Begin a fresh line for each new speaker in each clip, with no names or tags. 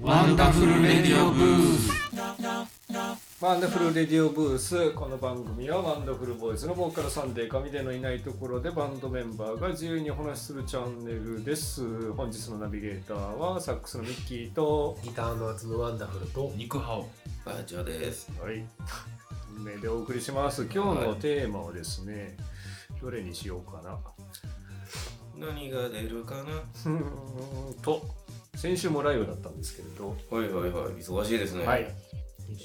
ワンダフルレディオブース
ワンダフルレディオブースこの番組はワンダフルボーイズのボーカルサンデー神でのいないところでバンドメンバーが自由にお話しするチャンネルです本日のナビゲーターはサックスのミッキーと
ギターの集むワンダフルと
肉派を
バーチャーです
はい目でお送りします今日のテーマはですねどれにしようかな
何が出るかな
うーんと先週もライブだったんですけれど
はいはいはい忙しいですね
はい、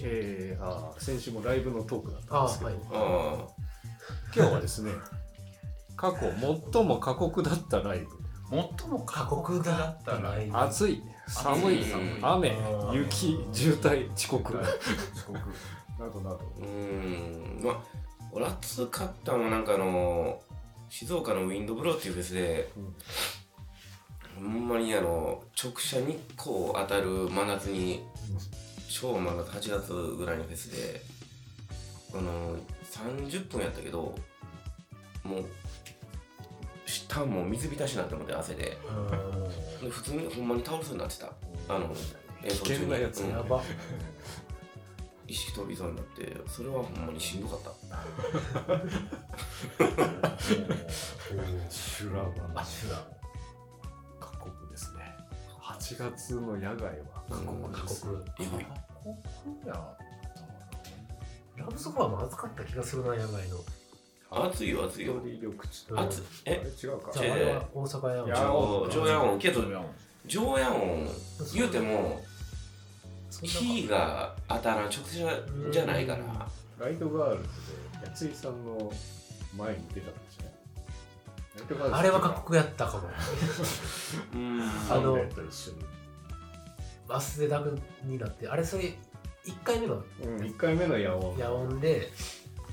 えー、あー先週もライブのトークだった
あ
んですけど、
はい
あ
今日はですね過去最も過酷だったライブ
最も過
過
酷
酷
だ
だ
っ
ったた
ラ
ラ
イ
イブ
暑い寒い
寒い
雨
あー
雪渋滞遅刻な
遅刻
どなど
あうーんまあ俺暑かったのはなんかあの静岡のウィンドブローっていうフェスで
うん
ほんまにあの直射日光当たる真夏に超真夏8月ぐらいのフェスであの30分やったけどもう下もう水浸しになってもって汗でで普通にほんまに倒れそうになってたあの演奏中に
危険なやつ
うん
やば
意識飛びそうになってそれはほんまにしんどかった
修羅場
修羅
過酷ですね8月の野外は過
うん
酷
過
です
酷
えぐい
やラブソファーも暑かった気がするな野外の
暑いよ暑いよ
一人緑地と
あ
暑い
あれ
え
違うか
じゃああれは大阪や
いや
も
上上夜音けど上夜音
ん
言うても火が当たらん直射じゃないから
ライトガールズで八井さんの前に出たんですねライトガールズ
あれは過酷やったかも
うん
あの
サンデーと一緒に
バスでダブになってあれそれ1回目の
うん、1回目の野音
夜音で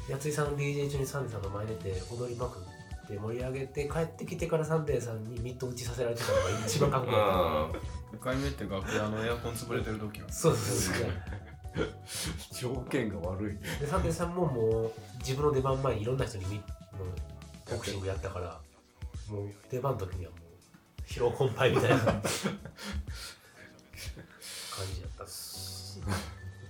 やついさんの DJ 中にサンデーさんの前に出て踊りまくって盛り上げて帰ってきてからサンデーさんにミット打ちさせられてたのが一番かっこよかっ
あ
2回目って楽屋のエアコン潰れてる時は
たそうそうそう
条件が悪い
でサンデーさんももう自分の出番前にいろんな人にミもうボクシングやったからもう出番の時にはもう疲労困憊み たいな感じだったっす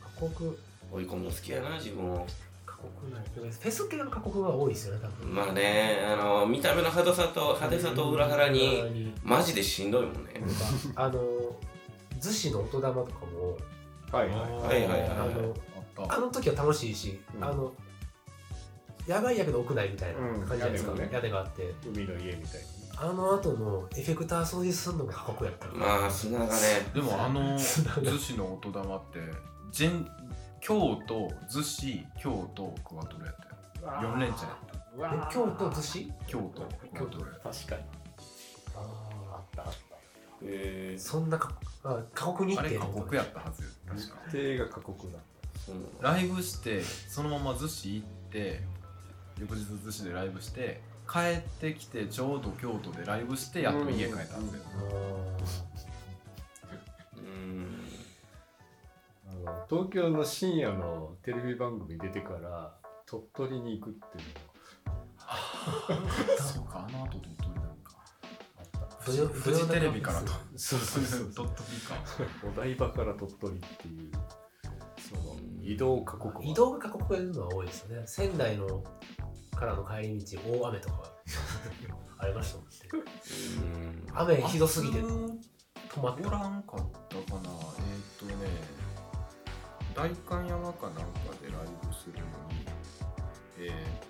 過酷
追い込むの好きやな自分を
過酷なんでフェス系の過酷が多いですよね多分
まあねあの見た目の派手さと派手さと裏腹にマジでしんどいもんね
あの逗子の音玉とかも
はい
はいはいはい
あの
あっ
あの時は楽しいし、
うん
あのやばいやけど屋内みたいな
うん
感じじゃないですか、
屋根
屋
もね
根があって
海の家みたい
あの後のエフェクター掃除するのが過酷やった、
まあ砂がね
たでもあの逗子の音玉って全京都逗子京都クワトロやったよ
な
4連チャンやった
う
え
わー
京都逗子
京都クワトロや
確かにあ
あ
ったあっ
え
ーそんな過酷あ過酷日
あ
程
れ過
ってこと
酷やったはずよ
た
確か
日程が過酷だ
ー
ライブしてそのまま逗子行って翌日逗子でライブして帰ってきてちょうど京都でライブしてやっと家帰ったんですよ、
あー
うん
あの東京の深夜のテレビ番組出てから鳥取に行くっていう
そうかあの後と鳥取なのか
土曜
フジテレビから
土曜の
のそうそうそう
鳥取か
お台場から鳥取っていうその移動過酷は
移動が過酷やるのは多いですね仙台のからの帰り道大雨とか ありましたもんね
うん
雨 ひどすぎて
あ
止まっ
お
た
らんかったかなえーっ、とね代官山かなんかでライブするのにえーっ、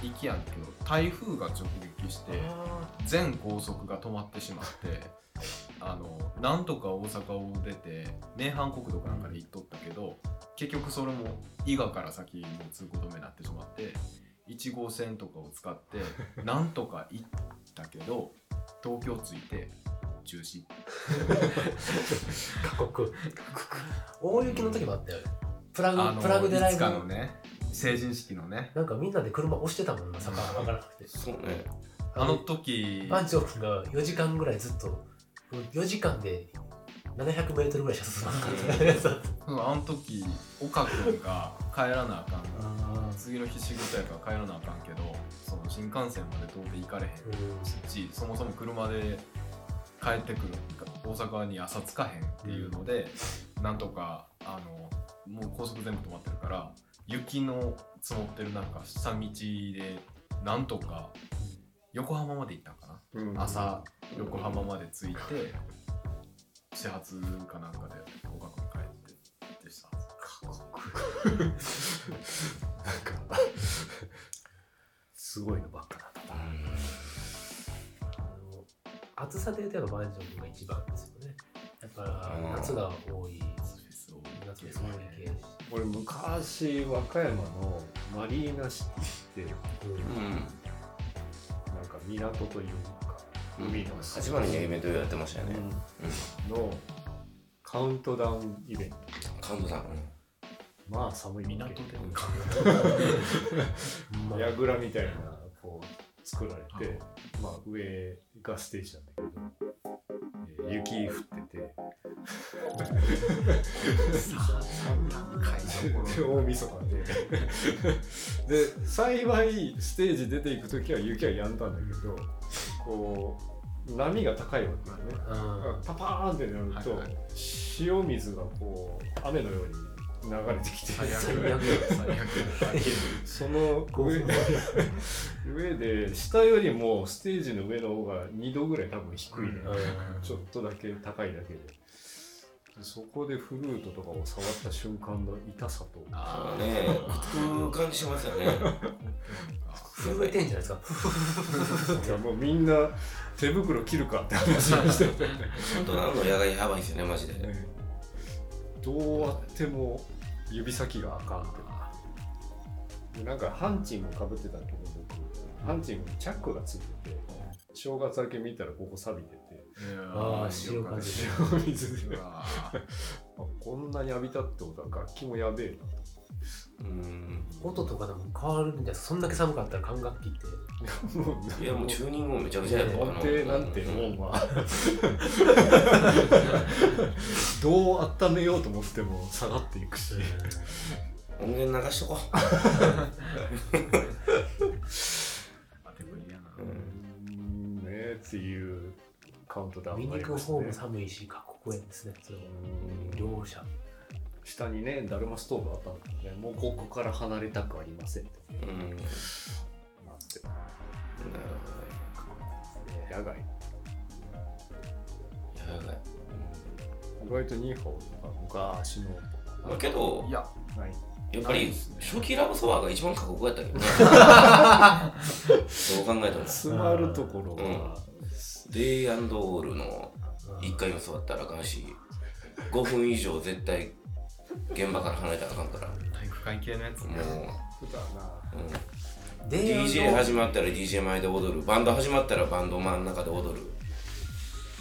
と行きやんけど台風が直撃して
あ
全高速が止まってしまって あのなんとか大阪を出て名阪国道かなんかで行っとったけど結局それも伊賀から先もう通行止めになってしまって1号線とかを使ってなんとか行ったけど東京着いて中止
ー過酷大雪の時もあったよねプラ
あ
グプラグでライ
いつ
ブ
かのね成人式のね
なんかみんなで車押してたもんな坂上がらなくて
そうね
あの時
番長君が4時間ぐらいずっと4時間で 700m ぐらいしか進まなかったやつだった
うんあの時岡君が帰らなあかん次の日仕事やから帰らなあかんけどその新幹線まで遠出行かれへ
う
ん
ん
しそもそも車で帰ってくる大阪に朝着かへんっていうので、なんとかあのもう高速全部止まってるから雪の積もってるなんか下道でなんとか横浜まで行ったんか
う
な、
ん
朝横浜まで着いて始発かなんかで小学校に帰ってでした
かすごいのばっかだった
あの暑さで言うとやっぱ万丈君が一番ですよねやっぱ
うん
夏が多い
フェスを
夏がすごい系だし
俺昔和歌山のマリーナシティって
う
なんか港というか
ん
海の下
八番にイベントやってましたよね、
のカウントダウンイベント
カウントさん、
まあ寒いわ
港
け
で
まあ
やぐらみたいなこう作られてまあ上がステージなんだけど、えー雪降っててで 大晦日でで幸いステージ出ていく時は雪は止んだんだけどこう波が高いわけよね
うん
パパーンってなると、
はいはい
塩水がこう雨のように流れてきて
最悪
最悪
最悪
その
興
上
奮
上で下よりもステージの上の方が2度ぐらい多分低い
う
ね、
ん
ちょっとだけ高いだけでそこでフルートとかを触った瞬間の痛さと
あ
ああ
のねう感じしますよね
震えてんじゃないですか
いやもうみんな手袋切るかって話をしてたよね
本当なんの野外やばいですよねマジで
どうあっても指先があかんってでなんかハンチングかぶってたんだけど僕ハンチングにチャックがついてて正月明け見たらここ錆びてて
あー塩感じ
う
塩水で
わ
あこんなに浴びたってことは楽器もやべえな
うん
音とかでも変わるんじゃないですかそんだけ寒かったら管楽器って
も
いやもうチューニングもめちゃくちゃやっぱ
音程なんてもう まあどう温めようと思っても下がっていくし
音源流しとこ
あでも嫌な
う、うん
うんねえっていうカウントダウ
見に
ンがあ
行
り
く
まし
方
た
も
ね
寒いし過酷やですねそれは
うん
両者
下にねだるまストーブあったんだけどねもうここから離れたくありませんって
うんなる
なって
ほ
野
ど
外
ね野外
意外とニーハオとか昔の
まあけど
いや
ない
やっぱり初期ラブソワーが一番過酷やったけど ねどう考えても
詰まるところが
デイアンドオールの1回も座ったらあかんし5分以上絶対現場から離れたらあかんから
体育会系のやつね
も
普段な
う、うん、
で
DJ 始まったら DJ 前で踊るバンド始まったらバンド真ん中で踊る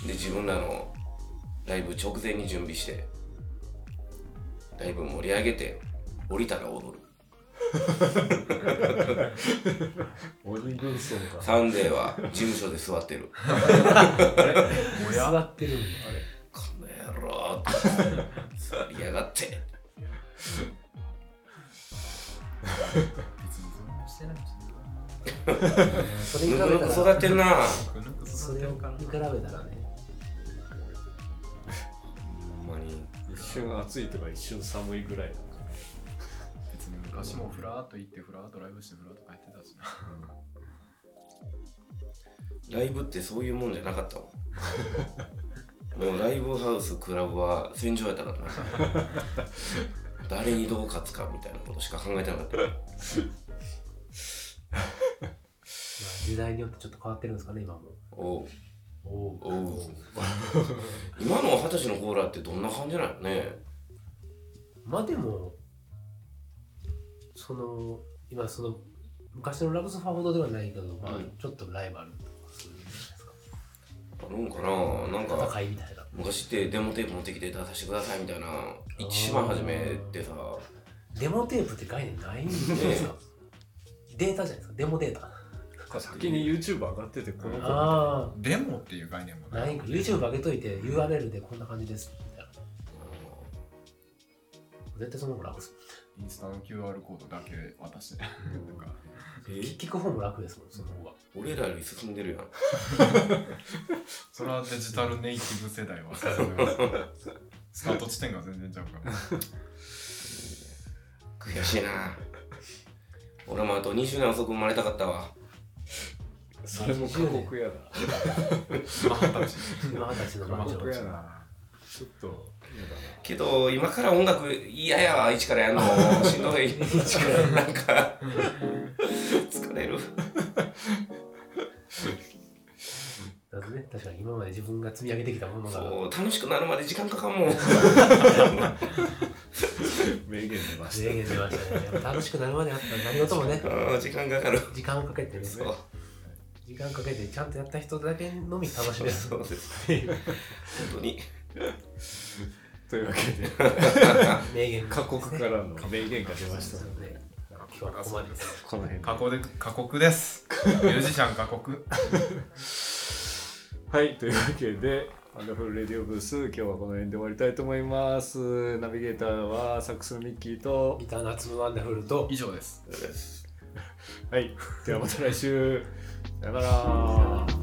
で自分らのライブ直前に準備してライブ盛り上げて降りたら踊る
鬼軍曹が
サンデーは事務所で座ってる
も
座
や
ってるんだ
この野郎 座りやがって
別にそんなしてないし
それ
ぬ
に比
く
べ
ぬ
た
く
ら
育ってるな
なんか
そ
育て
れ
る
に
から
比べたらね
ほんまに
一瞬暑いとか一瞬寒いぐらいだ
別に昔もフラーっと行ってフラーっとライブしてフラーっと帰ってたしな
ライブってそういうもんじゃなかったもんもうライブハウスクラブは戦場やったからな誰にどう勝つかみたいなことしか考えてなかった
まあ時代によってちょっと変わってるんですかね今も
おう
お
おう今の二十歳のコーラってどんな感じなのね
まあでもその今その昔のラブソファーほどではないけど、まあ
うん
ちょっとライバルとかするんじゃないですか
あるんかななんか
戦いみたいな
昔ってデモテープ持ってきて出させてくださいみたいな一番初めってさ
デモテープって概念ないんじゃないですかデータじゃないですかデモデータ
先に YouTube 上がっててこの子
あ
デモっていう概念も
あないいんか YouTube 上げといて URL でこんな感じですみたいな絶対その方が楽っす
インスタの QR コードだけ渡してとか
え
聞く方も楽ですもん、その方が。
俺らより進んでるやん
それはデジタルネイティブ世代はさすがにスタート地点が全然ちゃうから
悔しいな俺もあと2周年遅く生まれたかったわ
それも過酷やな
まあ二十
今二十歳の
ま
番
あ二
長
過
十
酷
歳
やなちょっとやだな
けど今から音楽嫌やわ一からやんの しんどい一からなんか疲れる
だってね、確かに今まで自分が積み上げてきたものが、
そう楽しくなるまで時間かかんもん
名言出まし
制限出ましたね。やっぱ楽しくなるまであったら何事もね、
うん時間かかる
時間をかけてね、
そう
時間かけてちゃんとやった人だけのみ楽しめる。
そうです本当に
というわけで
名言
過酷からの名言が出ました
そうですね今日はここまでです。
この辺で
過酷で過酷ですミュージシャン過酷
はい、というわけで、ワンダフルレディオブース、今日はこの辺で終わりたいと思います。ナビゲーターはサックスのミッキーと、
ギターの集むワンダフルと
以、上です
はい、ではまた来週。さよなら。